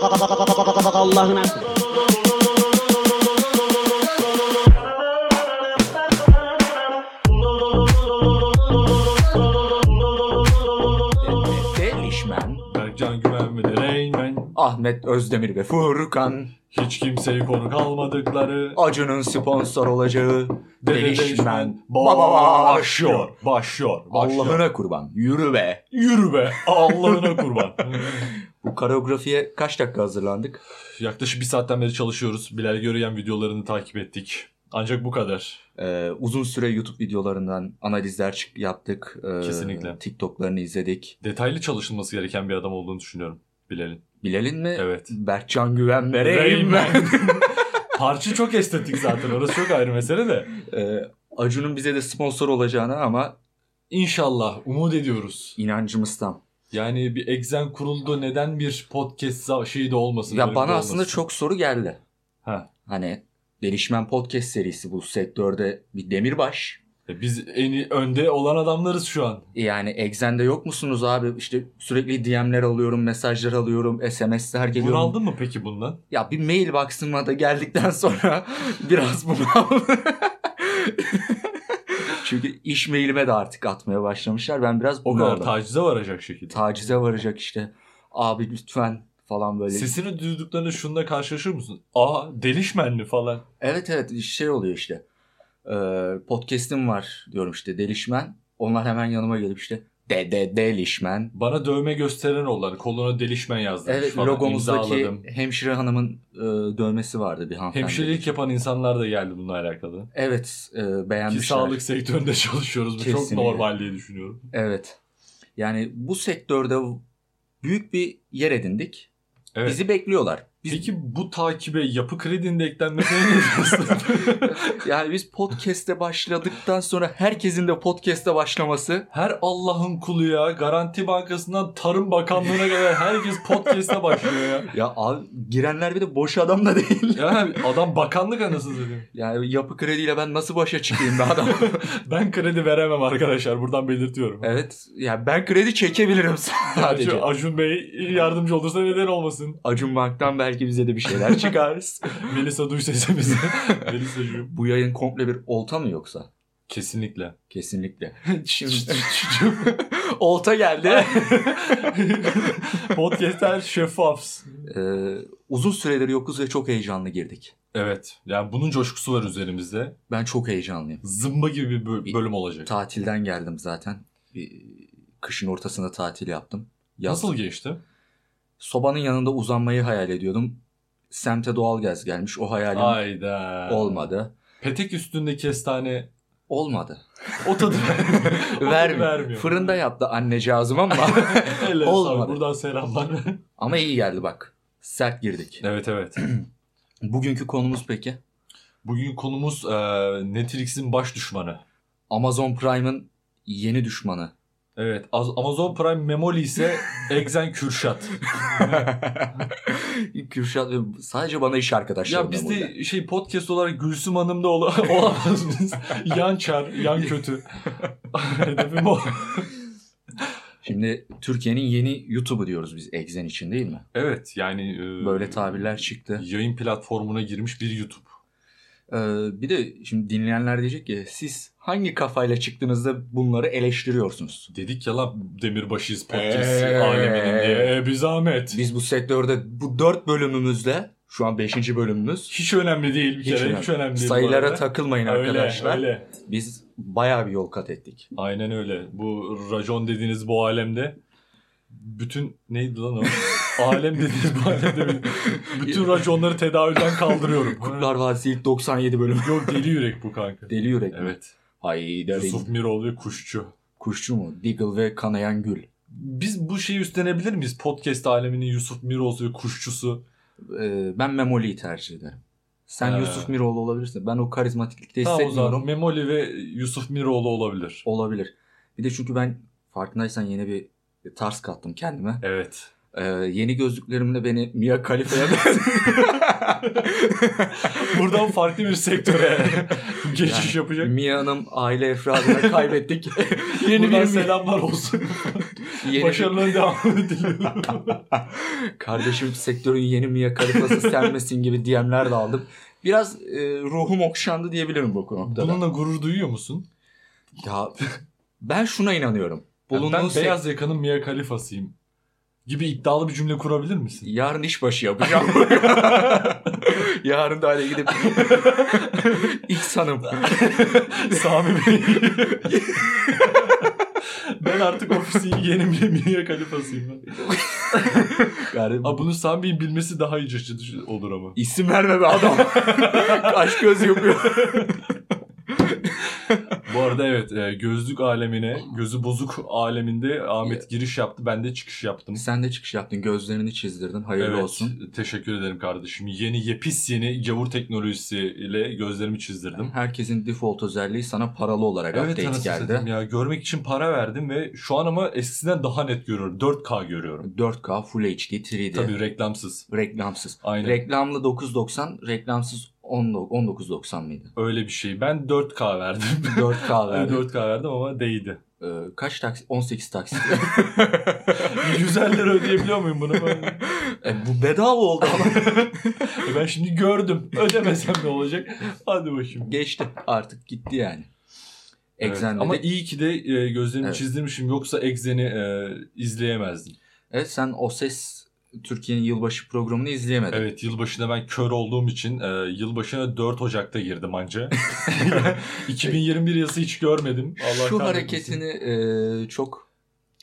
Allah'ın hakkı. Delişmen, Berkcan Güven ve Reynmen. Ahmet Özdemir ve Furkan, Hiç kimseyi konuk almadıkları. Acun'un sponsor olacağı Dede Delişmen Değişmen Baba başlıyor. Başlıyor. başlıyor. Allah'ına kurban. Yürü be. Yürü be Allah'ına kurban. Bu koreografiye kaç dakika hazırlandık? Yaklaşık bir saatten beri çalışıyoruz. Bilal Görüyen videolarını takip ettik. Ancak bu kadar. Ee, uzun süre YouTube videolarından analizler çık- yaptık. Ee, Kesinlikle. TikTok'larını izledik. Detaylı çalışılması gereken bir adam olduğunu düşünüyorum Bilal'in. Bilal'in mi? Evet. Berkcan Güven ve Rain Man. Reymen. Parça çok estetik zaten. Orası çok ayrı mesele de. Ee, Acun'un bize de sponsor olacağına ama İnşallah umut ediyoruz. inancımız tam. Yani bir egzen kuruldu. Neden bir podcast za- şeyi de olmasın? Ya bölümü bana de aslında olmasın? çok soru geldi. Ha. Hani Delişmen Podcast serisi bu sektörde bir demirbaş. E Biz en iyi- önde olan adamlarız şu an. Yani Exen'de yok musunuz abi? İşte sürekli DM'ler alıyorum, mesajlar alıyorum, SMS'ler geliyor. Bunaldın mı peki bundan? Ya bir mail baksıma da geldikten sonra biraz bunaldım. Çünkü iş mailime de artık atmaya başlamışlar. Ben biraz O kadar bunaldım. tacize varacak şekilde. Tacize varacak işte. Abi lütfen falan böyle. Sesini duyduklarında şununla karşılaşır mısın? Aa delişmen mi falan. Evet evet şey oluyor işte. Ee, podcast'im var diyorum işte delişmen. Onlar hemen yanıma gelip işte de de delişmen. Bana dövme gösteren olan koluna delişmen yazdı. Evet falan logomuzdaki imzaladım. hemşire hanımın e, dövmesi vardı bir hanımefendi. Hemşirelik yapan insanlar da geldi bununla alakalı. Evet e, Ki beğenmişler. sağlık sektöründe çalışıyoruz. Bu çok Kesinlikle. normal diye düşünüyorum. Evet. Yani bu sektörde büyük bir yer edindik. Evet. Bizi bekliyorlar. Biz, Peki bu takibe yapı kredinin de eklenmesine ne diyorsun? yani biz podcast'e başladıktan sonra herkesin de podcast'e başlaması Her Allah'ın kulu ya. Garanti Bankası'ndan Tarım Bakanlığı'na kadar herkes podcast'e başlıyor ya. ya abi, girenler bir de boş adam da değil. Yani adam bakanlık anasını satayım. Yani yapı krediyle ben nasıl başa çıkayım be adam? Ben kredi veremem arkadaşlar. Buradan belirtiyorum. evet. Yani ben kredi çekebilirim Yani sadece. şu Acun Bey yardımcı olursa neden olmasın? Acun Bank'tan belki bize de bir şeyler çıkarız. Melisa duy sesimizi. Melisa'cığım. Bu yayın komple bir olta mı yoksa? Kesinlikle. Kesinlikle. Şimdi... olta geldi. Podcast'ler şeffafs. Ee, uzun süredir yokuz ve çok heyecanlı girdik. Evet. Yani bunun coşkusu var üzerimizde. Ben çok heyecanlıyım. Zımba gibi bir bö- bölüm olacak. Tatilden geldim zaten. Bir- Kışın ortasında tatil yaptım. Yaz- Nasıl geçti? Sobanın yanında uzanmayı hayal ediyordum. Semte doğalgaz gelmiş. O hayalim Hayda. olmadı. Petek üstünde kestane Olmadı. o tadı vermiyor. O tadı Vermiyor. vermiyor. Fırında yaptı annecağızım ama. Helal Olmadı. olsun. Buradan selamlar. ama iyi geldi bak. Sert girdik. evet evet. Bugünkü konumuz peki? Bugün konumuz e, Netflix'in baş düşmanı. Amazon Prime'ın yeni düşmanı. Evet. Az- Amazon Prime Memoli ise Exen Kürşat. Kürşat ve sadece bana iş arkadaşlarım. ya biz de şey podcast olarak Gülsüm Hanım'da ola- olamaz mıyız? yan çar, yan kötü. Hedefim o. Şimdi Türkiye'nin yeni YouTube'u diyoruz biz Exen için değil mi? Evet yani. e, Böyle tabirler çıktı. Yayın platformuna girmiş bir YouTube. Ee, bir de şimdi dinleyenler diyecek ki siz hangi kafayla çıktınız da bunları eleştiriyorsunuz? Dedik ya lan Demirbaşıyız podcast Eee. aleminin diye. E, bir zahmet. Biz bu sektörde bu dört bölümümüzle şu an beşinci bölümümüz Hiç önemli değil bir Hiç kere. önemli. Hiç önemli değil. bu sayılara arada. takılmayın arkadaşlar. Öyle, öyle. Biz bayağı bir yol kat ettik. Aynen öyle. Bu racon dediğiniz bu alemde bütün neydi lan o? Alem dediğiniz bu alemde bir- bütün raconları tedavülden kaldırıyorum. Kurtlar Vadisi ilk 97 bölüm. Yok deli yürek bu kanka. Deli yürek. mi? Evet. Hayda. Yusuf Miroğlu ve Kuşçu. Kuşçu mu? Deagle ve Kanayan Gül. Biz bu şeyi üstlenebilir miyiz? Podcast aleminin Yusuf Miroğlu ve Kuşçusu. Ee, ben Memoli'yi tercih ederim. Sen Ee. Yusuf Miroğlu olabilirsin. Ben o karizmatiklikte Tamam o hissetmiyorum. zaman Memoli ve Yusuf Miroğlu olabilir. Olabilir. Bir de çünkü ben farkındaysan yeni bir tarz kattım kendime. Evet. Ee, yeni gözlüklerimle beni Mia Khalifa'ya benziyor. Buradan farklı bir sektöre geçiş Yani yapacak. Mia Hanım aile efradını kaybettik. Yeni Buradan bir selamlar olsun. Yeni bir- Başarıların devamını diliyorum. Kardeşim sektörün yeni Mia Khalifa'sı senmesin gibi DM'ler de aldım. Biraz e, ruhum okşandı diyebilirim bu konuda. da. Bununla gurur duyuyor musun? Ya ben şuna inanıyorum. Yani Bulunduğun ben sek- beyaz yakanın Mia Khalifa'sıyım. Gibi iddialı bir cümle kurabilir misin? Yarın işbaşı yapacağım. Yarın da hale gidip İlk hanım. Sami Bey. ben artık ofisin yeni bir Mia Khalifa'sıyım ben. Yani Aa, bunu Sami Bey'in bilmesi daha iç açıcı olur ama. isim verme be adam. Kaş göz yapıyor. Bu arada evet e, gözlük alemine, gözü bozuk aleminde Ahmet giriş yaptı. Ben de çıkış yaptım. Sen de çıkış yaptın. Gözlerini çizdirdin. Hayırlı Evet, olsun. teşekkür ederim kardeşim. Yeni, yepis yeni gavur teknolojisiyle gözlerimi çizdirdim. Herkesin default özelliği sana paralı olarak Evet update anasını satayım geldi. ya. Görmek için para verdim ve şu an ama eskisinden daha net görüyorum. 4K görüyorum. 4K Full HD 3D. Tabii reklamsız. Reklamsız. Aynen. Reklamlı 9.90, reklamsız 10 19.90 mıydı? Öyle bir şey. Ben 4K verdim. 4K verdi. 4K verdim ama değdi. Ee, kaç taksit? 18 taksit. 150 lira ödeyebiliyor muyum bunu? Ben, e, E, bu bedava oldu ama. ben şimdi gördüm. Ödemesem ne olacak? Hadi bakayım. Geçti artık gitti yani. Evet, Exxen'de Ama de- iyi ki de e, gözlerimi Evet. çizdirmişim yoksa Exxen'i e, izleyemezdim. Evet sen o ses Türkiye'nin yılbaşı programını izleyemedin. Evet yılbaşına ben kör olduğum için e, yılbaşına 4 Ocak'ta girdim anca. 2021 yazısı hiç görmedim. Allah Şu kahretmesin. hareketini e, çok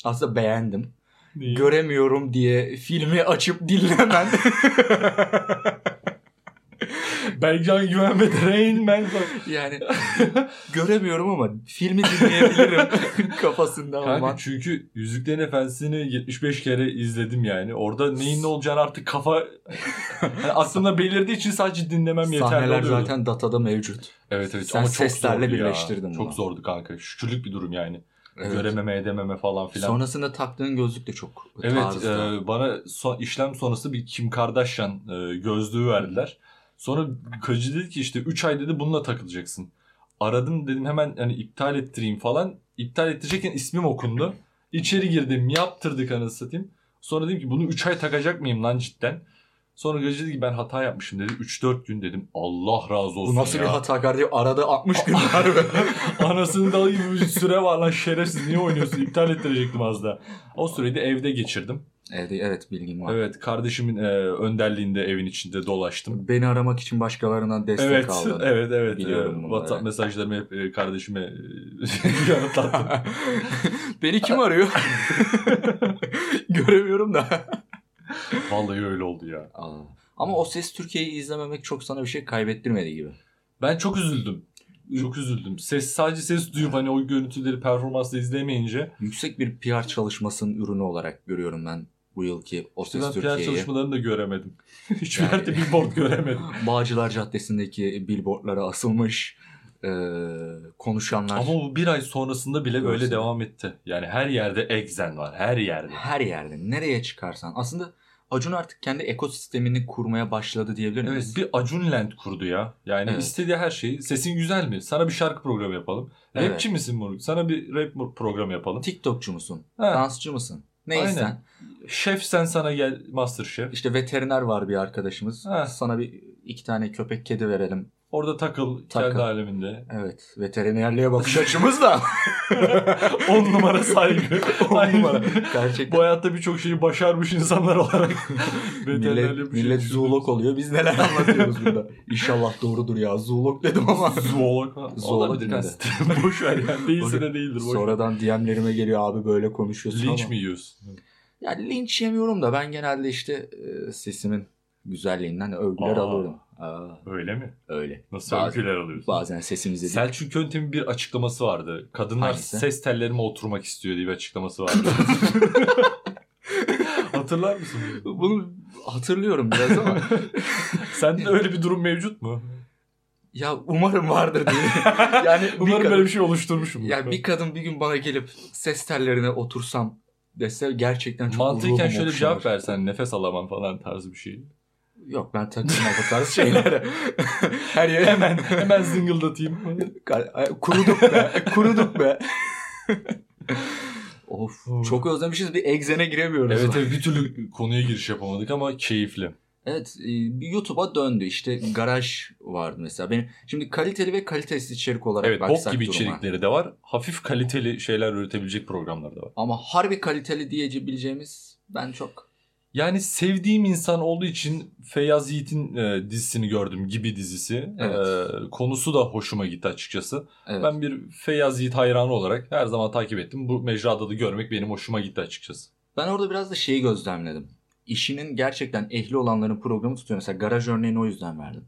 aslında beğendim. Neyi? Göremiyorum diye filmi açıp dinlemen. Berkcan Güven ve Rain Man falan. yani göremiyorum ama filmi dinleyebilirim kafasında Kanka olman. çünkü Yüzüklerin Efendisi'ni 75 kere izledim yani. Orada neyin ne olacağını artık kafa yani aslında belirdiği için sadece dinlemem yeterli Sahneler oluyordu. zaten datada mevcut. Evet evet Sen ama çok seslerle zordu ya. birleştirdin Çok bunu. zordu kanka. Şükürlük bir durum yani. Evet. Görememe edememe falan filan. Sonrasında taktığın gözlük de çok Evet tarzda. e, bana so- işlem sonrası bir Kim Kardashian e, gözlüğü verdiler. Sonra kacı dedi ki işte 3 ay dedi bununla takılacaksın. Aradım dedim hemen hani iptal ettireyim falan. İptal ettirecekken ismim okundu. İçeri girdim yaptırdık anasını satayım. Sonra dedim ki bunu 3 ay takacak mıyım lan cidden. Sonra gacı dedi ki ben hata yapmışım dedi. 3-4 gün dedim Allah razı olsun Bu nasıl ya. bir hata kardeşim? Arada 60 gün var be. Anasının dalı gibi bir süre var lan şerefsiz niye oynuyorsun İptal ettirecektim az daha. O süreyi de evde geçirdim. evet, evet bilgim var. Evet kardeşimin e, önderliğinde evin içinde dolaştım. Beni aramak için başkalarından destek Evet, aldın. evet, evet, Biliyorum E, bunu, WhatsApp evet. mesajlarımı hep e, kardeşime e, yanıtlattım. Beni kim arıyor? Göremiyorum da. Vallahi öyle oldu ya. Ama o ses Türkiye'yi izlememek çok sana bir şey kaybettirmedi gibi. Ben çok üzüldüm. Çok üzüldüm. Ses sadece ses duyup hani o görüntüleri performansla izlemeyince Yüksek bir PR çalışmasının ürünü olarak görüyorum ben bu yılki o işte ses ben PR Türkiye'yi. çalışmalarını da göremedim. Hiçbir Yani- yerde billboard göremedim. Bağcılar Caddesi'ndeki billboardlara asılmış e, konuşanlar Ama bu bir ay sonrasında bile böyle Görsün. devam etti. Yani her yerde egzen var. Her yerde. her yerde nereye çıkarsan. Aslında Acun artık kendi ekosistemini kurmaya başladı diyebilir Evet miyiz? Hani bir Acun Land kurdu ya. Yani Evet. istediği her şeyi. Sesin güzel mi? Sana bir şarkı programı yapalım. Evet. Rapçi misin Moruk? Sana bir rap mu- programı yapalım. TikTokçu musun? Ha. Dansçı mısın? Neysen. Aynen. Şef sen sana gel Master Şef. İşte veteriner var bir arkadaşımız. Ha. Sana bir iki tane köpek kedi verelim. Orada takıl, Takıl. kendi aleminde. Evet. Veterinerliğe bakış açımız da. On numara saygı. On numara. Aynen. Bu Gerçekten. hayatta birçok şeyi başarmış insanlar olarak. Veterinerle millet, bir şey millet düşünüyorum. zoolog oluyor. Biz neler anlatıyoruz burada. İnşallah doğrudur ya. Zoolog dedim ama. Zoolog. ha. Zoolog Olabilir dedi. aslında. boş ver yani. Değilse Boş- de değildir. Boş. ver. Sonradan DM'lerime geliyor abi böyle konuşuyorsun Linç ama. mi yiyorsun? Yani linç yemiyorum da ben genelde işte e, sesimin güzelliğinden övgüler Aa. alıyorum. Aa, Öyle mi? öyle. Nasıl Bazen- öyküler alıyorsun? Bazen sesimizi Selçuk Yöntem'in bir açıklaması vardı. Kadınlar Hangisi? ses tellerime oturmak istiyor diye bir açıklaması vardı. Hatırlar mısın? bunu? Bunu hatırlıyorum biraz ama. Sende de öyle bir durum mevcut mu? ya umarım vardır diye. Yani Umarım kadın- böyle bir şey oluşturmuşum. Yani bir kadın bir gün bana gelip ses tellerine otursam dese gerçekten çok Mantıken ruhum şöyle bir okşanır. cevap versen nefes alamam falan tarzı bir şey. Yok ben takılmam o tarz şeylere. Her yere Hemen hemen zıngıldatayım. kuruduk be. Kuruduk be. of çok özlemişiz bir egzene giremiyoruz. Evet evet bir türlü konuya giriş yapamadık ama keyifli. Evet e, bir YouTube'a döndü işte garaj vardı mesela. Benim şimdi kaliteli ve kalitesiz içerik olarak Evet baksak bok gibi duruma. içerikleri de var. Hafif kaliteli şeyler üretebilecek programlar da var. Ama harbi kaliteli diyebileceğimiz ben çok. Yani sevdiğim insan olduğu için Feyyaz Yiğit'in e, dizisini gördüm gibi dizisi. Evet. E, konusu da hoşuma gitti açıkçası. Evet. Ben bir Feyyaz Yiğit hayranı olarak her zaman takip ettim. Bu mecrada da görmek benim hoşuma gitti açıkçası. Ben orada biraz da şeyi gözlemledim. İşinin gerçekten ehli olanların programı tutuyor. Mesela garaj örneğini o yüzden verdim.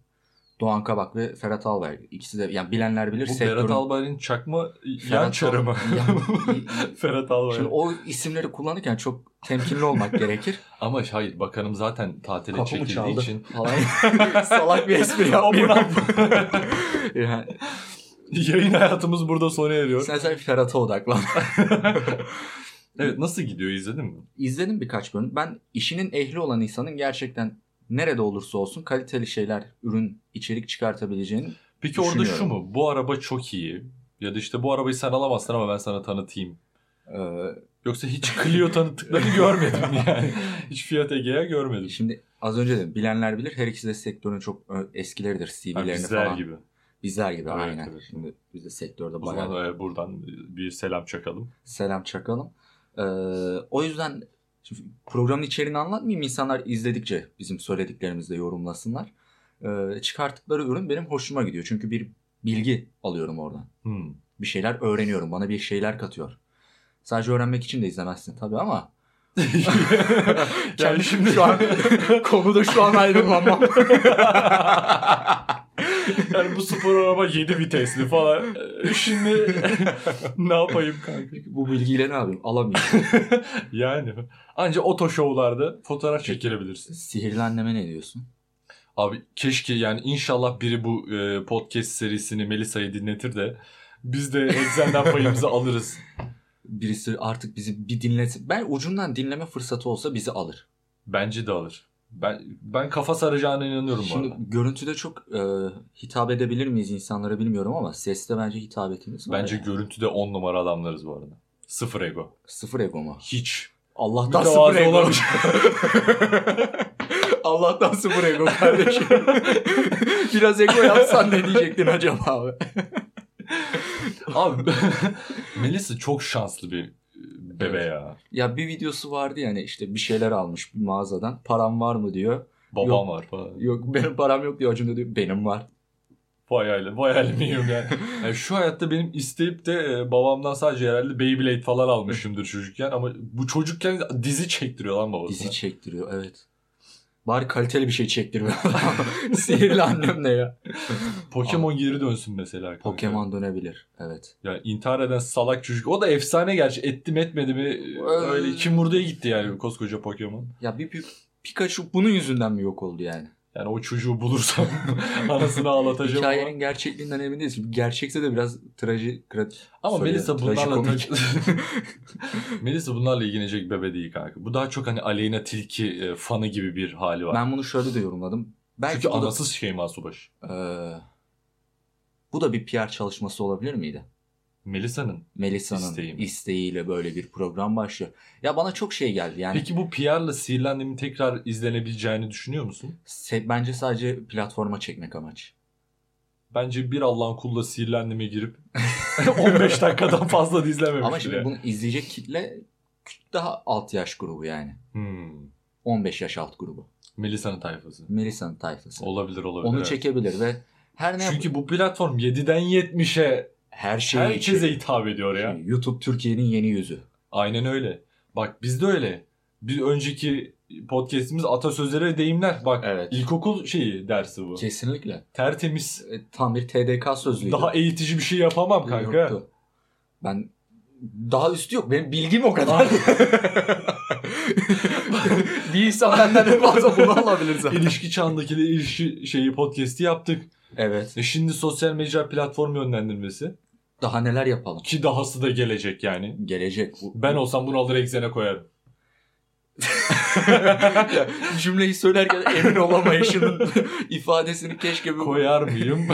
Doğan Kabak ve Ferhat Albayrak. İkisi de yani bilenler bilir. Bu sektörün- Berat Albayrak'ın çakma yan Ferhat çarı mı? Al- Ferhat Şimdi Albayrak. o isimleri kullanırken çok temkinli olmak gerekir. Ama hayır bakanım zaten tatile Kapımı çekildiği çaldı için. falan. Salak bir espri O yapmayayım. bırak- yani, Yayın hayatımız burada sona eriyor. sen sen Ferhat'a odaklan. Evet nasıl gidiyor izledin mi? İzledim birkaç bölüm. Ben işinin ehli olan insanın gerçekten nerede olursa olsun kaliteli şeyler, ürün, içerik çıkartabileceğini Peki orada şu Düşünüyorum. mu? Bu araba çok iyi. Ya da işte bu arabayı sen alamazsın ama ben sana tanıtayım. eee, Yoksa hiç Clio tanıttıklarını görmedim yani. Hiç Fiat Egea görmedim. Hani Şimdi az önce dedim bilenler bilir her ikisi de sektörün çok ö- eskileridir Ha, CV'lerini bizler falan. gibi. Bizler gibi Evet, aynen. evet. Şimdi biz de sektörde O bayağı zaman e, buradan bir selam çakalım. selam çakalım. Ee, o yüzden şimdi programın içeriğini anlatmayayım insanlar izledikçe bizim söylediklerimizle yorumlasınlar. Ee, çıkarttıkları ürün benim hoşuma gidiyor çünkü bir bilgi alıyorum oradan. Hmm. Bir şeyler öğreniyorum bana bir şeyler katıyor. Sadece öğrenmek için de izlemezsin tabii ama yani şimdi şu an konuda şu an ayrılmam. yani bu spor araba 7 vitesli falan. E, Şimdi ne yapayım kanka? Bu bilgiyle ne yapayım? Alamayayım. Yani anca oto şovlarda fotoğraf çekilebilirsin. Sihirli anneme ne diyorsun? Abi keşke yani inşallah biri bu e, podcast serisini Melisa'ya dinletir de biz de egzenden payımızı alırız. Birisi artık bizi bir dinlesin. Ben ucundan dinleme fırsatı olsa bizi alır. Bence de alır. Ben ben kafa saracağına inanıyorum bu Şimdi arada. görüntüde çok e, hitap edebilir miyiz insanlara bilmiyorum ama seste bence hitabetimiz var. Bence yani. görüntüde 10 numara adamlarız bu arada. Sıfır ego. Sıfır ego mu? Hiç. Allah'tan Mütevazı sıfır ego. olamayacak. Allah'tan sıfır ego kardeşim. Biraz ego yapsan ne diyecektin acaba abi? Abi Melisa çok şanslı bir e, bebe ya. Ya bir videosu vardı yani işte bir şeyler almış bir mağazadan. Param var mı diyor. Babam Yok. var falan. Yok benim param yok diyor. Acun'da diyor benim var. Vay aile, vay ailemiyim yani. Yani şu hayatta benim isteyip de e, babamdan sadece herhalde Beyblade falan almışımdır çocukken ama bu çocukken dizi çektiriyor lan babasına. Dizi çektiriyor evet. Bari kaliteli bir şey çektirmiyor. Sihirli annem ne ya? Pokemon geri dönsün mesela. kanka. Pokemon dönebilir. Evet. Yani intihar eden salak çocuk. O da efsane gerçi. Ettim etmedi mi e, öyle kim vurdaya gitti yani koskoca Pokemon. Ya bir, bir Pikachu bunun yüzünden mi yok oldu yani? Yani o çocuğu bulursam anasını ağlatacağım. ama. Hikayenin gerçekliğinden emin değiliz. Çünkü Gerçekse de biraz traji... Tra- Ama Söyle, Melisa bunlarla trajikomik. Melisa bunlarla ilgilenecek bebe değil kanka. Bu daha çok hani Aleyna Tilki e, fanı gibi bir hali var. ben bunu şöyle de yorumladım. Belki Çünkü bu, da, anasız Şeyma Subaş. Ee, bu da bir PR çalışması olabilir miydi? Melisa'nın. Melisa'nın İsteği mi? isteğiyle böyle bir program başlıyor. Ya bana çok şey geldi yani. Peki bu PR'la Sihirli Annem'in tekrar izlenebileceğini düşünüyor musun? Se- bence sadece platforma çekmek amaç. Bence bir Allah'ın kulla Sihirli Annem'e girip 15 dakikadan fazla da izlememiş Ama şimdi bile. bunu izleyecek kitle küçük daha alt yaş grubu yani. Hmm. 15 yaş alt grubu. Melisa'nın tayfası. Melisa'nın tayfası. Olabilir olabilir. Onu evet. çekebilir ve her ne Çünkü bu platform 7'den 70'e her şeyi herkese içeriyor. hitap ediyor ya. YouTube Türkiye'nin yeni yüzü. Aynen öyle. Bak bizde öyle. Bir önceki podcast'imiz atasözleri ve deyimler. Bak Evet. Şey- ilkokul şeyi dersi bu. Kesinlikle. Tertemiz. E, Tam bir TDK sözlüğü. Daha eğitici bir şey yapamam kanka. Ben daha üstü yok. Benim bilgim o kadar. bir insan benden de fazla bunu alabilir zaten. İlişki çağındakiyle ilişki şeyi podcast'i yaptık. Evet. E şimdi sosyal medya platform yönlendirmesi. Daha neler yapalım? Ki dahası da gelecek yani. Gelecek. Bu- Ben olsam bunu alır egzene koyarım. Cümleyi söylerken emin olamayışının ifadesini keşke bir... Koyar mıyım?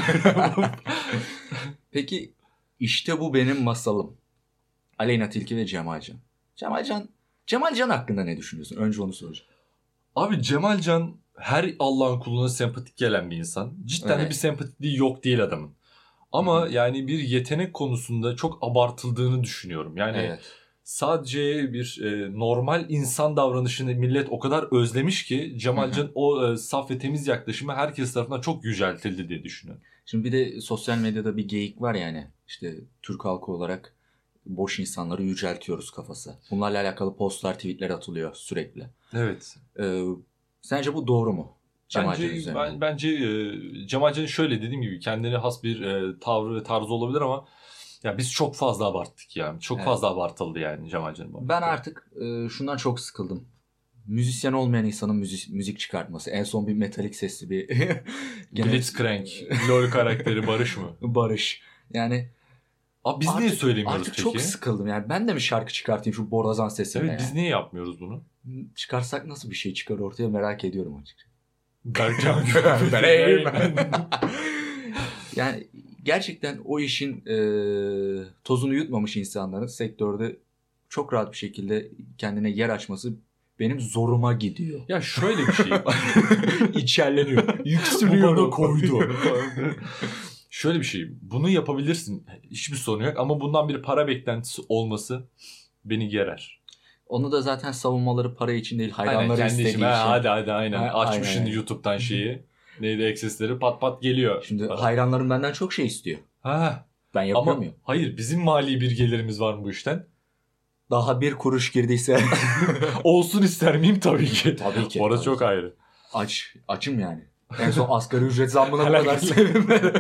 Peki işte bu benim masalım. Aleyna Tilki ve Cemal Can. Cemal Can, Cemal Can hakkında ne düşünüyorsun? Önce onu soracağım. Abi Cemal Can her Allah'ın kuluna sempatik gelen bir insan. Cidden de Evet. bir sempatiliği yok değil adamın. Ama Hı hı. yani bir yetenek konusunda çok abartıldığını düşünüyorum. Yani sadece bir e, normal insan davranışını millet o kadar özlemiş ki Hı Cemal hı. Can o e, saf ve temiz yaklaşımı herkes tarafından çok yüceltildi diye düşünüyorum. Şimdi bir de sosyal medyada bir geyik var yani. İşte Türk halkı olarak boş insanları yüceltiyoruz kafası. Bunlarla alakalı postlar, tweetler atılıyor sürekli. Evet. Ee, sence bu doğru mu? Cemal Can Bence, üzerine. ben, bence e, Cemal Can'ın şöyle dediğim gibi kendine has bir e, tavrı ve tarzı olabilir ama ya biz çok fazla abarttık yani. Çok Evet. fazla abartıldı yani Cemal Can'ın. bu Ben hareketi. artık e, şundan çok sıkıldım. Müzisyen olmayan insanın müzik, müzik çıkartması. En son bir metalik sesli bir gene- Blitzcrank, LoL karakteri Barış mı? Barış. Yani Abi biz niye Artık- söylemiyoruz artık peki? çok sıkıldım. Yani ben de mi şarkı çıkartayım şu borazan sesine? Evet, biz niye yapmıyoruz bunu? yani? Çıkarsak nasıl bir şey çıkar ortaya merak ediyorum açıkçası. Berkcan yani gerçekten o işin e, tozunu yutmamış insanların sektörde çok rahat bir şekilde kendine yer açması benim zoruma gidiyor. ya şöyle bir şey. İçerleniyor. Bu bana Yükseliyor. koydu. şöyle bir şey. Bunu yapabilirsin. Hiçbir sorun yok ama bundan bir para beklentisi olması beni gerer. Onu da zaten savunmaları para için değil Aynen, hayranları kendi istediği şey. işim. için. Ha, hadi hadi aynen. Ha, Açmış aynen. şimdi YouTube'dan şeyi. Neydi eksesleri pat pat geliyor. Şimdi Para. hayranlarım benden çok şey istiyor. ha, Ben yapıyor ama muyum? hayır bizim mali bir gelirimiz var mı bu işten? Daha bir kuruş girdiyse Olsun ister miyim tabii ki. Tabii ki, Orası tabii çok ki. ayrı. aç açım yani. En son asgari ücret zammına bu Helal kadar olsun. sevinmedim.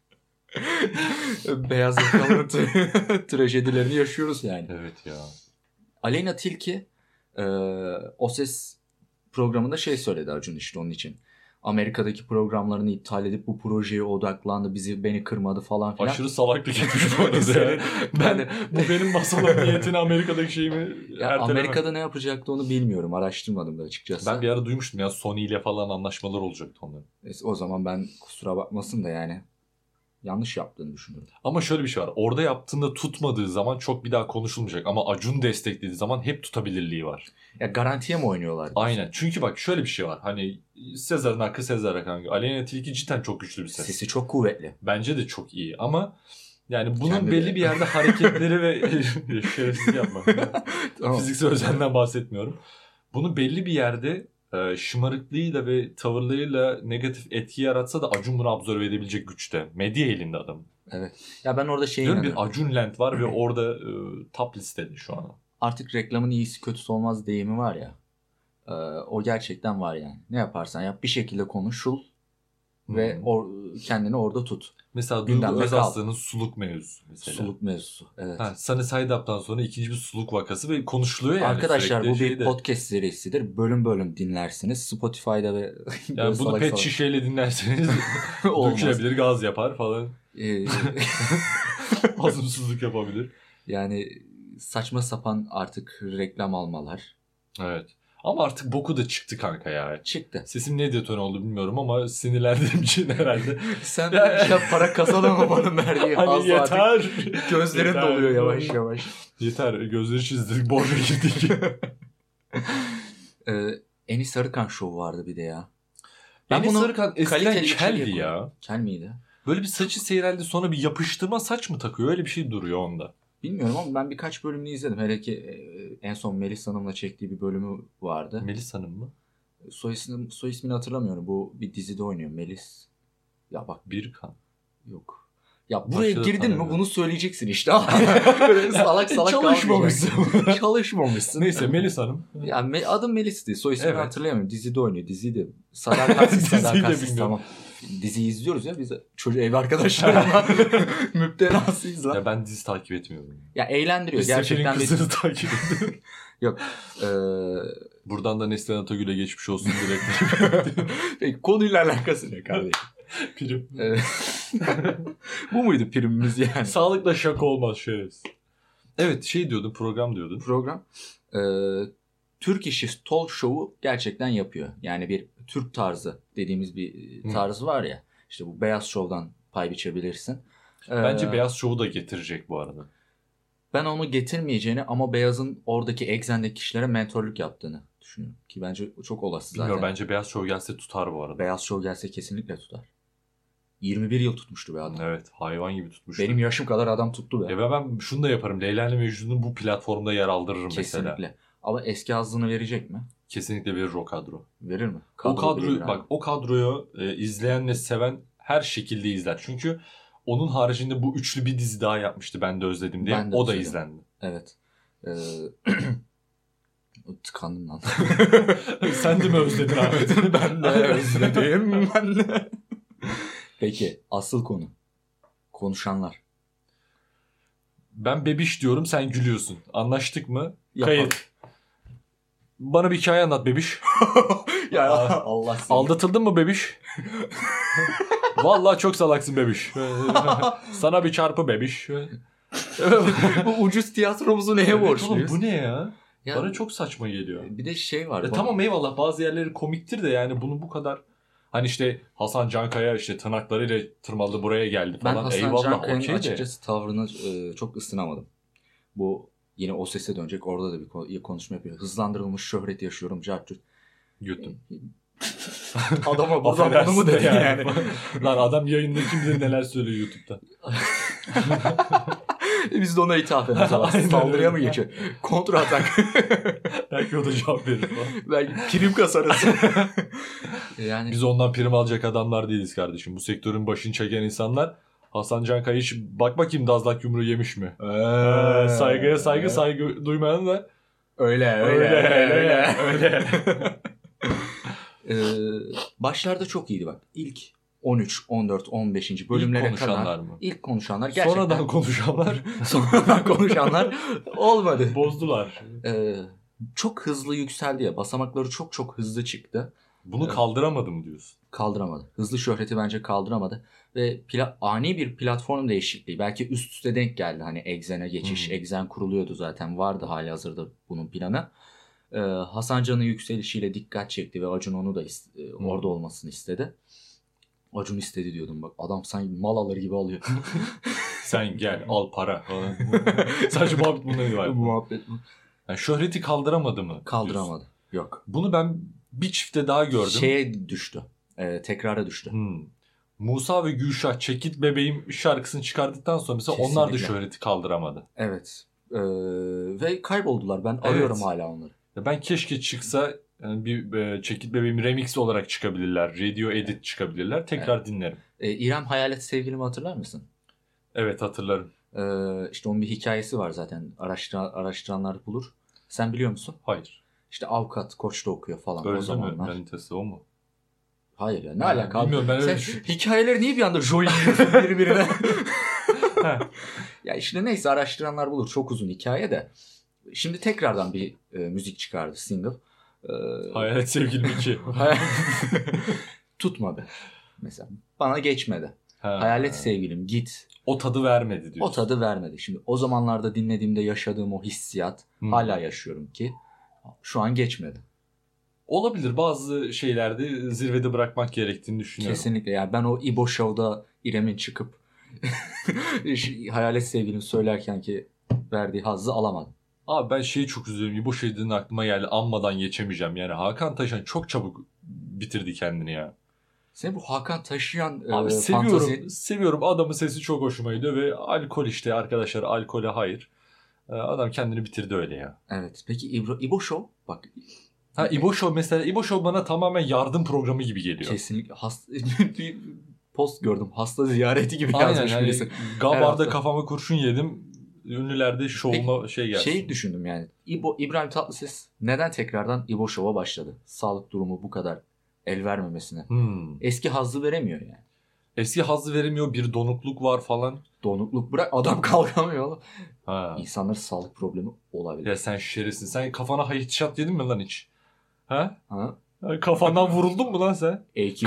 Beyaz yakalının tra- trajedilerini yaşıyoruz yani. Evet ya. Aleyna Tilki e, o ses programında şey söyledi Acun işte onun için. Amerika'daki programlarını iptal edip bu projeye odaklandı. Bizi beni kırmadı falan filan. Aşırı salaklık etmiş bu arada ya. Senin- Ben, Yani- bu benim masalım niyetini Amerika'daki şeyimi Ya ertelemem. Amerika'da ne yapacaktı onu bilmiyorum. Araştırmadım da açıkçası. Ben bir ara duymuştum ya Sony ile falan anlaşmalar olacaktı onların. E, O zaman ben kusura bakmasın da yani yanlış yaptığını düşünüyorum. Ama şöyle bir şey var. Orada yaptığında tutmadığı zaman çok bir daha konuşulmayacak. Ama Acun desteklediği zaman hep tutabilirliği var. Ya garantiye mi oynuyorlar? Aynen. Çünkü bak şöyle bir şey var. Hani Sezar'ın hakkı Sezar'a kanka. Aleyna Tilki cidden çok güçlü bir ses. Sesi çok kuvvetli. Bence de çok iyi ama yani bunun Kendi belli bile. bir yerde hareketleri ve şerefsiz şey yapma. Fiziksel özenden bahsetmiyorum. Bunu belli bir yerde e, şımarıklığıyla ve tavırlarıyla negatif etki yaratsa da Acun bunu absorbe edebilecek güçte. Medya elinde adam. Ya ben orada şey Diyorum inanıyorum. bir Acun Land var ve orada e, top listede şu an. Artık reklamın iyisi kötüsü olmaz deyimi var ya. Ee, o gerçekten var yani. Ne yaparsan yap bir şekilde konuşul ve Hı. or, kendini orada tut. mesela gündemde Duygu kal. Özaslan'ın suluk mevzusu mesela. Suluk mevzusu. Evet. Ha, Sunny Side Up'tan sonra ikinci bir suluk vakası ve konuşuluyor yani. Arkadaşlar sürekli bu bir şeyde. podcast serisidir. Bölüm bölüm dinlersiniz. Spotify'da ve yani bunu pet şişeyle dinlerseniz olmaz. dökülebilir, gaz yapar falan. Ee, Hazımsızlık yapabilir. yani saçma sapan artık reklam almalar Evet. Ama artık boku da çıktı kanka ya. çıktı. Sesim ne detone oldu bilmiyorum ama sinirlendiğim için herhalde. Sen Ya- bu işe para kazanamadın verdiği hani fazla artık. yeter. Gözlerin Yeter. doluyor yavaş yavaş. Yeter. Gözleri çizdik. Borca girdik. Ee, Enis Sarıkan şovu vardı bir de ya. Ben Enis bunu Sarıkan eskiden kaliteli şey içeriye keldi ya. koyuyorum. Kel miydi? Böyle bir saçı seyreldi sonra bir yapıştırma saç mı takıyor? Öyle bir şey duruyor onda. Bilmiyorum ama ben birkaç bölümünü izledim. Hele ki e, en son Melis Hanım'la çektiği bir bölümü vardı. Melis Hanım mı? Soy, ismini, soy ismini hatırlamıyorum. Bu bir dizide oynuyor Melis. Ya bak Birkan. yok. Ya buraya Başladı girdin mi tanımıyorum. bunu söyleyeceksin işte. Böyle salak salak Çalışmamışsın. kalmayacaksın. Çalışmamışsın. Neyse Melis Hanım. Ya me- adım Melis'ti. Soy ismini Evet. hatırlayamıyorum. Dizide oynuyor. Diziydi. Sadakatsiz Diziyi de sadakatsiz bilmiyorum. tamam. Diziyi izliyoruz ya biz çocuğu ev arkadaşlarımla müptelasıyız lan. Ya ben dizi takip etmiyorum. Ya eğlendiriyor. Biz Gerçekten Gerçekten bir... kızını takip ediyorum. Ee, Buradan da Neslihan Atagül'e geçmiş olsun direkt. peki konuyla alakası ne kardeşim? Prim. Ee, Bu muydu primimiz yani? Sağlıkla şaka olmaz şerefsiz. Evet şey diyordun program diyordun. program e, Türk işi talk show'u gerçekten yapıyor. Yani bir Türk tarzı dediğimiz bir Hı. e, tarz var ya. İşte bu beyaz şovdan pay biçebilirsin. E, Bence Beyaz Show'u da getirecek bu arada. Ben onu getirmeyeceğini ama Beyaz'ın oradaki eksendeki kişilere mentorluk yaptığını düşünüyorum. Ki bence çok olası zaten. Bilmiyorum bence Beyaz Show gelse tutar bu arada. Beyaz şov gelse kesinlikle tutar. 21 yıl tutmuştu be adam. Evet hayvan gibi tutmuş. Benim yaşım kadar adam tuttu be. Ya ben- ben şunu da yaparım. Leyla ile Mecnun'u bu platformda yer aldırırım mesela. kesinlikle. Ama eski azlığını verecek mi? Kesinlikle verir o kadro. Verir mi? o kadroyu verir abi. bak o kadroyu e, izleyen ve seven her şekilde izler. Çünkü onun haricinde bu üçlü bir dizi daha yapmıştı ben de özledim diye. Ben de o da özledim. izlendi. Evet. Ee, tıkandım lan. Sen de mi özledin Ahmet? ben de özledim. Ben de. Peki asıl konu. Konuşanlar. Ben bebiş diyorum sen gülüyorsun. Anlaştık mı? Yapalım. Kayıt. Bana bir hikaye anlat bebiş. Ya Aa, Allah seni. Aldatıldın mı bebiş? Vallahi çok salaksın bebiş. Sana bir çarpı bebiş. bu ucuz tiyatromuzu neye Evet oğlum, borçluyuz? bu ne ya? Ya, Bana çok saçma geliyor. Bir de şey var. E, bak- tamam eyvallah bazı yerleri komiktir de yani bunu bu kadar hani işte Hasan Cankaya işte tırnaklarıyla tırmaldı buraya geldi Ben falan. Hasan eyvallah Cankaya'nın okey de. açıkçası tavrını e, çok ısınamadım. Bu yine o sese dönecek. Orada da bir ko- konuşma yapıyor. Hızlandırılmış şöhret yaşıyorum. Cart curt. Yuttum. Adama buradan Affedersin bunu mu dedi de yani? Lan adam yayında kim bilir neler söylüyor YouTube'da. Biz de ona ithaf ediyoruz. ama Aynen Saldırıya mı öyle. geçiyor? Kontra atak. Belki o da cevap verir falan. Belki prim kasarız. yani Biz ondan prim alacak adamlar değiliz kardeşim. Bu sektörün başını çeken insanlar Hasan Cankaya hiç bak bakayım dazlak yumruğu yemiş mi? Ee, saygıya saygı saygı duymayan da Öyle öyle öyle öyle. öyle. öyle. Ee, başlarda çok iyiydi bak. İlk 13, 14, 15. Bölümlere bölümlere konuşanlar kadar. mı? İlk konuşanlar gerçekten. Sonradan konuşanlar sonradan konuşanlar olmadı. bozdular. Ee, çok hızlı yükseldi ya. Basamakları çok çok hızlı çıktı. Bunu Evet. kaldıramadım diyorsun. Kaldıramadı. Hızlı şöhreti bence kaldıramadı. Ve pla- ani bir platform değişikliği. Belki üst üste denk geldi. Hani Exen'e geçiş. Hmm. Exen kuruluyordu zaten. Vardı hali hazırda bunun planı. Ee, Hasan Can'ın yükselişiyle dikkat çekti ve Acun onu da is- e, Hmm. orada olmasını istedi. Acun istedi diyordum bak. Adam sanki mal alır gibi alıyor. Sen gel al para falan. Sadece muhabbet bundan Bu ibaret. Muhabbet. Yani şöhreti kaldıramadı mı? diyorsun? Kaldıramadı. Yok. Bunu ben bir çifte daha gördüm. Şeye düştü. Ee, tekrara düştü. Hmm. Musa ve Gülşah Çekit Bebeğim şarkısını çıkarttıktan sonra mesela onlar da Kesinlikle. şöhreti kaldıramadı. Evet. Ee, ve kayboldular. Ben arıyorum hala onları. Ya ben keşke çıksa yani bir e, Çekit Bebeğim remix olarak çıkabilirler. Radio edit çıkabilirler. Tekrar dinlerim. Ee, İrem Hayalet Sevgilimi hatırlar mısın? Evet hatırlarım. Ee, işte onun bir hikayesi var zaten. Araştıran, araştıranlar bulur. Sen biliyor musun? Hayır. İşte avukat koçta okuyor falan o Öldü mü? zamanlar. Manitası o mu? Hayır ya ne Ha, alaka? abi? bilmiyorum, ben öyle Sen düşün- hikayeleri niye bir anda joyuyorsun birbirine? Heh. ya işte neyse araştıranlar bulur. Çok uzun hikaye de. Şimdi tekrardan bir e, müzik çıkardı single. Ee, Hayalet sevgilim 2. hayal- Tutmadı. Mesela bana geçmedi. Hayalet sevgilim git. O tadı vermedi diyorsun. O tadı vermedi. Şimdi o zamanlarda dinlediğimde yaşadığım o hissiyat Hmm. hala yaşıyorum ki şu an geçmedi. Olabilir bazı şeylerde zirvede bırakmak gerektiğini düşünüyorum. Kesinlikle yani ben o İbo Show'da İrem'in çıkıp şu hayalet sevgilim söylerken ki verdiği hazzı alamadım. Abi ben şeyi çok üzülüyorum. İbo şey dediğin aklıma geldi. Anmadan geçemeyeceğim. Yani Hakan Taşan çok çabuk bitirdi kendini ya. Senin bu Hakan Taşıyan Abi e, seviyorum. fantezi Seviyorum. Adamın sesi çok hoşuma gidiyor ve alkol işte arkadaşlar alkole hayır. Ee, Adam kendini bitirdi öyle ya. Evet. Peki İbro, İbo Show bak Ha İbo Show mesela İbo Show bana tamamen yardım programı gibi geliyor. kesinlikle hasta bir post gördüm. Hasta ziyareti gibi Aynen yazmış yani birisi. Her Gabar'da hafta. kafama kurşun yedim. Ünlülerde şovuma şey geldi. Şeyi düşündüm yani. İbo, İbrahim Tatlıses neden tekrardan İbo Show'a başladı? Sağlık durumu bu kadar el vermemesine. Hmm. Eski hazzı veremiyor yani. Eski hazzı veremiyor. Bir donukluk var falan. Donukluk bırak adam kalkamıyor oğlum. Ha. İnsanların sağlık problemi olabilir. Ya sen şerefsin. Sen kafana hayat şat yedin mi lan hiç? Ha? Ha? Ha, Ha, Kafandan vuruldun mu lan sen? AK4.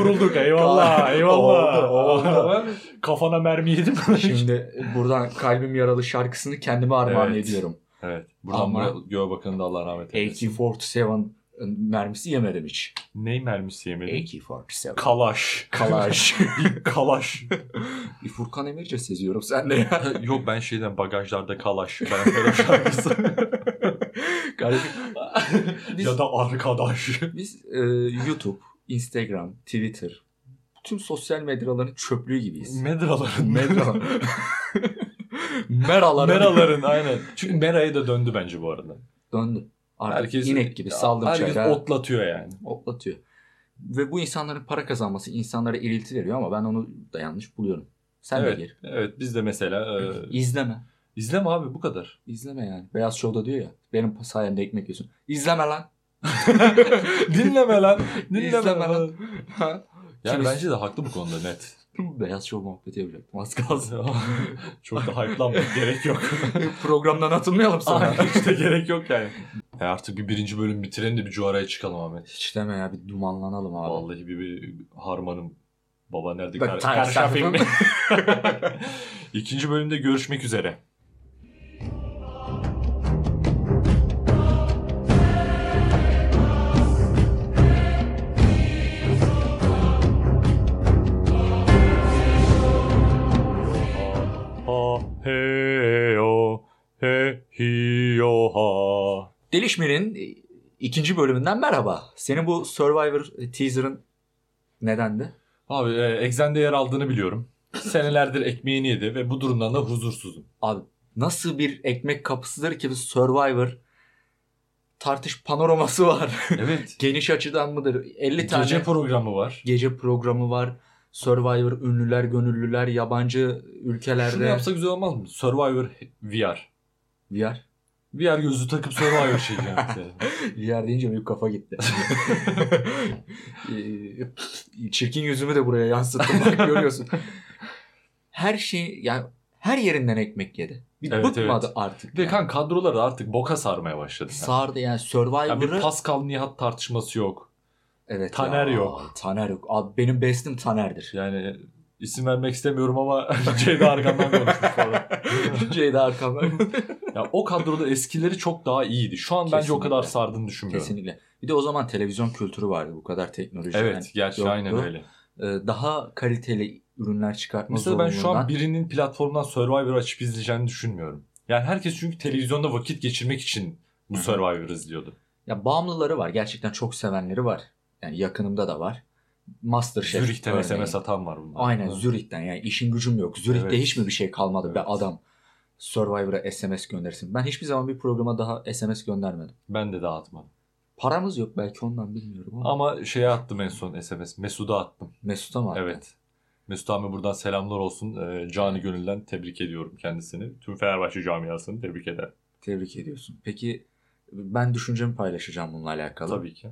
vurulduk eyvallah eyvallah. Oldu, oldu. Kafana mermi yedim. Şimdi buradan Kalbim Yaralı şarkısını kendime armağan Evet. ediyorum. evet. Buradan Ama- Ama... Göğbakan'ı da Allah rahmet eylesin. AK-47 mermisi yemedim hiç. Ney mermisi yemedin? AK-47. Kalaş. Kalaş. Bir kalaş. Bir Furkan Emirce seziyorum sen de ya. Yok ben şeyden bagajlarda kalaş. Ben böyle şarkısı. Kardeşim, biz, ya da arkadaş. biz e, YouTube, Instagram, Twitter, tüm sosyal medyaların çöplüğü gibiyiz. Medraların. Medra. Meralara Meraların aynen. Çünkü Mera'ya da döndü bence bu arada. döndü. Artık inek gibi saldım Herkes çayrağı. otlatıyor yani. otlatıyor. Ve bu insanların para kazanması insanlara irilti veriyor ama ben onu da yanlış buluyorum. Sen evet, e, de gir. evet biz de mesela e, İzleme. izleme abi bu kadar. İzleme yani. Beyaz Show'da diyor ya benim sayemde ekmek yiyorsun. İzleme lan. dinleme lan. Dinleme İzleme lan. lan. Ha? Yani Kim- bence de haklı bu konuda net. Beyaz Show muhabbeti yapacaktım. Az kalsın. Çok da hype'lanmak gerek yok. Programdan atılmayalım sonra. Aynen, işte gerek yok yani. E artık bir birinci bölüm bitirelim de bir cuaraya çıkalım Ahmet. Hiç deme ya bir dumanlanalım abi. Vallahi bir, bir harmanım. Baba nerede? Bak, Kar, Tayyip Karşıya Serpil'in- filmi. İkinci bölümde görüşmek üzere. Ha he o he hi o ha. Delişmir'in e, ikinci bölümünden merhaba. Senin bu Survivor e, teaser'ın nedendi? Abi e, Exxen'de yer aldığını biliyorum. Senelerdir ekmeğini yedi ve bu durumdan da huzursuzum. Abi nasıl bir ekmek kapısıdır ki bir Survivor tartış panoraması var. Evet. Geniş açıdan mıdır? 50 tane Gece programı var. gece programı var. Survivor ünlüler, gönüllüler, yabancı Şunu ülkelerde yapsak güzel olmaz mı? Survivor VR. VR. VR gözü takıp Survivor çekeceğim. mesela. VR deyince benim kafa gitti. Ee, Çirkin yüzümü de buraya yansıttım bak görüyorsun. Her şey yani her yerinden ekmek yedi. Bir Evet, bıkmadı artık. Ve yani. kan kadroları artık boka sarmaya başladı. Yani. Sardı yani Survivor'ı. Yani bir Pascal Nihat tartışması yok. Evet Taner ya, yok. Taner yok. Abi benim bestim Taner'dir. Yani isim vermek istemiyorum ama Ceyda arkamdan konuşmuş falan. Ceyda Arkan. Ya o kadroda eskileri çok daha iyiydi. Şu an bence o Kesinlikle. kadar sardığını düşünmüyorum. Kesinlikle. Bir de o zaman televizyon kültürü vardı bu kadar teknoloji. Evet, gerçi yoktu. aynen öyle. Yani, e, daha kaliteli ürünler çıkartma Mesela ben şu an zorunluluğundan- birinin platformdan Survivor açıp izleyeceğini düşünmüyorum. Yani herkes çünkü televizyonda vakit geçirmek için bu Hı hı. Survivor izliyordu. Ya bağımlıları var. Gerçekten çok sevenleri var. Yani yakınımda da var. Masterchef Zürih'ten Şey, örneğin. SMS atan var bunlar. Aynen Hı. Zürich'ten yani işin gücüm yok. Zürich'te Evet. hiç mi bir şey kalmadı be Evet. adam? Survivor'a SMS göndersin. Ben hiçbir zaman bir programa daha SMS göndermedim. Ben de dağıtmadım. Paramız yok belki ondan bilmiyorum ama. Ama şeye attım en son SMS. Mesut'a attım. Mesut'a mı? Evet. Mesut abi buradan selamlar olsun. Ee, canı gönülden tebrik ediyorum kendisini. Tüm Fenerbahçe camiasını tebrik eder. Tebrik ediyorsun. Peki ben düşüncemi paylaşacağım bununla alakalı. Tabii ki.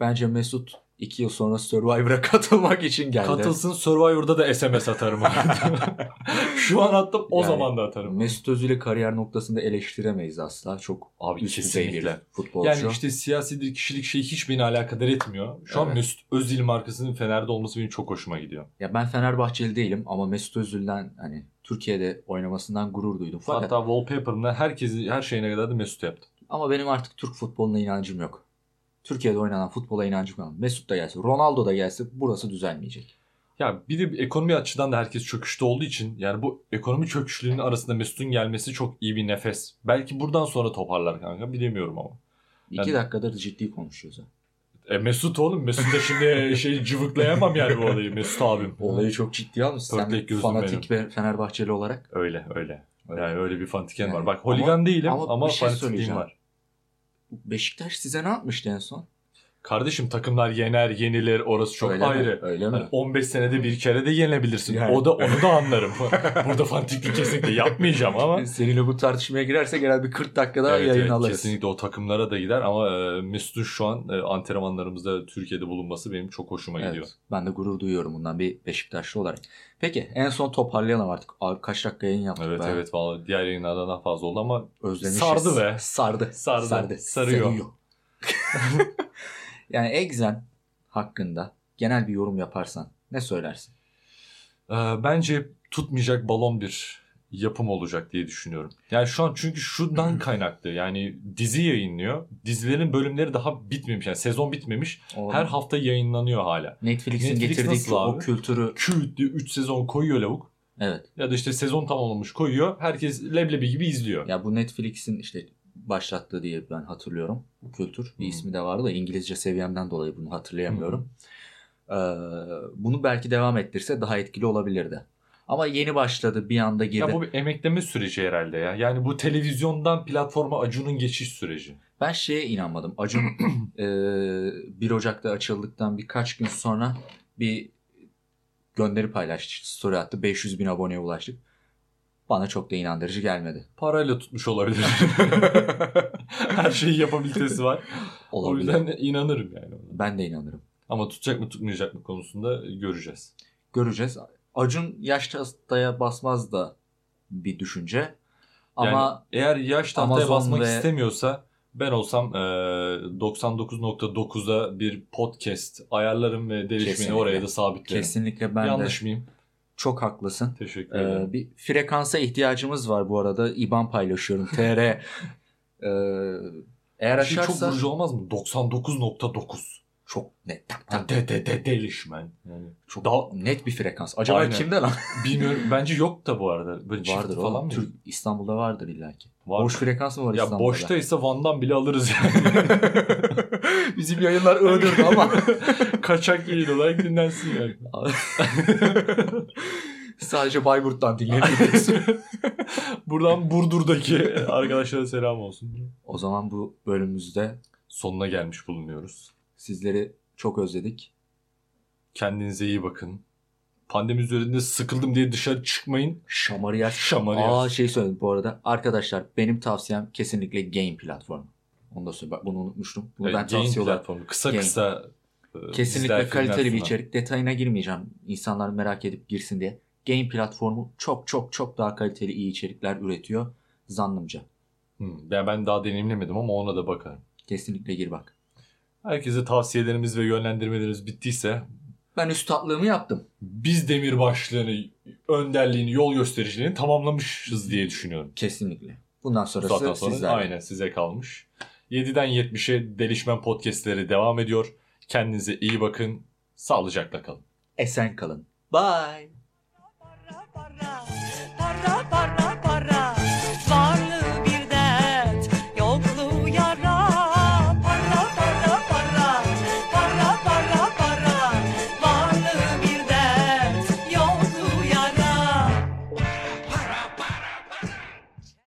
Bence Mesut 2 yıl sonra Survivor'a katılmak için geldi. Katılsın Survivor'da da SMS atarım. şu an attım o Yani zaman da atarım. Mesut Özil'i kariyer noktasında eleştiremeyiz asla. Çok Abi üst düzey bir kesinlikle. futbolcu. Yani işte siyasidir, kişilik şey hiç beni alakadar etmiyor. Şu an Evet. Mesut Özil markasının Fener'de olması benim çok hoşuma gidiyor. Ya ben Fenerbahçeli değilim ama Mesut Özil'den hani Türkiye'de oynamasından gurur duydum. Fakat Hatta wallpaper'ına herkesi, her şeyine kadar da Mesut yaptı. ama benim artık Türk futboluna inancım yok. Türkiye'de oynanan futbola inancım yok. Mesut da gelse, Ronaldo da gelse burası düzelmeyecek. Ya bir de ekonomi açıdan da herkes çöküşte olduğu için yani bu ekonomi çöküşlüğünün arasında Mesut'un gelmesi çok iyi bir nefes. Belki buradan sonra toparlar kanka bilemiyorum ama. İki Yani- dakikadır ciddi konuşuyoruz. ha. E Mesut oğlum Mesut da şimdi şey cıvıklayamam yani bu olayı Mesut abim. Olayı çok ciddiye almışsın. Pörtlek Sen gözüm fanatik ve Fenerbahçeli olarak. Öyle öyle. Yani öyle bir fantiken Yani var. Bak ama- holigan değilim ama ama, bir şey fanatikim söyleyeceğim. var. Beşiktaş size ne yapmıştı en son? Kardeşim takımlar yener yenilir orası çok Öyle mi? ayrı. Öyle mi? Hani 15 senede bir kere de yenilebilirsin. Yani. O da onu da anlarım. Burada fantiklik kesinlikle yapmayacağım ama. Seninle bu tartışmaya girerse genel bir 40 dakika daha Evet, yayın evet, alırız. kesinlikle o takımlara da gider ama e, Mesut'un şu an e, antrenmanlarımızda Türkiye'de bulunması benim çok hoşuma gidiyor. Evet, ben de gurur duyuyorum bundan bir Beşiktaşlı olarak. Peki en son toparlayalım artık. Abi kaç dakika yayın yaptık Evet be? evet vallahi diğer yayınlardan daha fazla oldu ama Özlemişiz. Sardı be. Sardı. Sardı. Sarıyor. Seviyor. Yani Exxen hakkında genel bir yorum yaparsan ne söylersin? Ee, bence tutmayacak balon bir yapım olacak diye düşünüyorum. Yani şu an çünkü şundan kaynaklı yani dizi yayınlıyor. Dizilerin bölümleri daha bitmemiş yani sezon bitmemiş. O Her hafta yayınlanıyor hala. Netflix'in Netflix getirdiği nasıl o abi? kültürü Kült diye 3 sezon koyuyor lavuk. evet. Ya da işte sezon tamamlamış koyuyor. Herkes leblebi gibi izliyor. Ya bu Netflix'in işte başlattığı diye ben hatırlıyorum. Bu kültür bir Hı. ismi de vardı da İngilizce seviyemden dolayı bunu hatırlayamıyorum. Ee, bunu belki devam ettirse daha etkili olabilirdi. Ama yeni başladı bir anda girdi. Ya bu bir emekleme süreci herhalde ya. Yani bu televizyondan platforma Acun'un geçiş süreci. Ben şeye inanmadım. Acun e, 1 Ocak'ta açıldıktan birkaç gün sonra bir gönderi paylaştı. Story attı. 500 bin aboneye ulaştık. Bana çok da inandırıcı gelmedi. Parayla tutmuş olabilir. Her şeyi yapabilitesi var. O Olabilir. yüzden inanırım yani ona. Ben de inanırım. Ama tutacak mı tutmayacak mı konusunda göreceğiz. göreceğiz. Acun yaş tahtaya basmaz da bir düşünce. Ama Eğer yaş tahtaya Amazon basmak ve- istemiyorsa ben olsam eee, 99.9'a bir podcast ayarlarım ve Kesinlikle. derişmeni oraya da sabitlerim. kesinlikle ben Yanlış de mıyım? çok haklısın. Teşekkür ederim. Ee, bir frekansa ihtiyacımız var bu arada. IBAN paylaşıyorum. TR. Ee, eğer Her şey çok aşarsa vurucu olmaz mı? 99.9. çok net. tak tak, Ha, De de de delişmen. Yani Çok Daha- net bir frekans. Acaba Aynen. kimde lan? bilmiyorum. Bence yok da bu arada. Böyle çift vardır falan oğlum. mı? Türk, İstanbul'da vardır illaki. Var. Boş frekans mı var ya İstanbul'da? boştaysa Van'dan bile alırız yani. Bizim yayınlar Iğdır'da ama. Kaçak yayın olarak dinlensin yani. Sadece Bayburt'tan dinleyebiliriz. Buradan Burdur'daki arkadaşlara selam olsun. o zaman bu bölümümüzde Sonuna gelmiş bulunuyoruz. Sizleri çok özledik. Kendinize iyi bakın. Pandemi üzerinde sıkıldım diye dışarı çıkmayın. Şamariyat. Şamarıyaz. Aa şey söyledim bu arada. Arkadaşlar benim tavsiyem kesinlikle game platformu. Onu da söyle. Bak bunu unutmuştum. Bunu Evet, ben yayın tavsiye olarak. platformu. Kısa Yayın. kısa e, Kesinlikle diziler, filmler kaliteli bir sunan. içerik. Detayına girmeyeceğim. İnsanlar merak edip girsin diye. Game platformu çok çok çok daha kaliteli iyi içerikler üretiyor. Zannımca. Hı, Ben, ben daha deneyimlemedim ama ona da bakarım. Kesinlikle gir bak. Herkese tavsiyelerimiz ve yönlendirmelerimiz bittiyse Ben üst tatlığımı yaptım. biz demirbaşlığını, önderliğini, yol göstericiliğini tamamlamışız diye düşünüyorum. Kesinlikle. Bundan sonrası Zaten sonra sizler. aynen size kalmış. 7'den 70'e Delişmen podcastleri devam ediyor. Kendinize iyi bakın. Sağlıcakla kalın. Esen kalın. Bye. Para, para, para, para.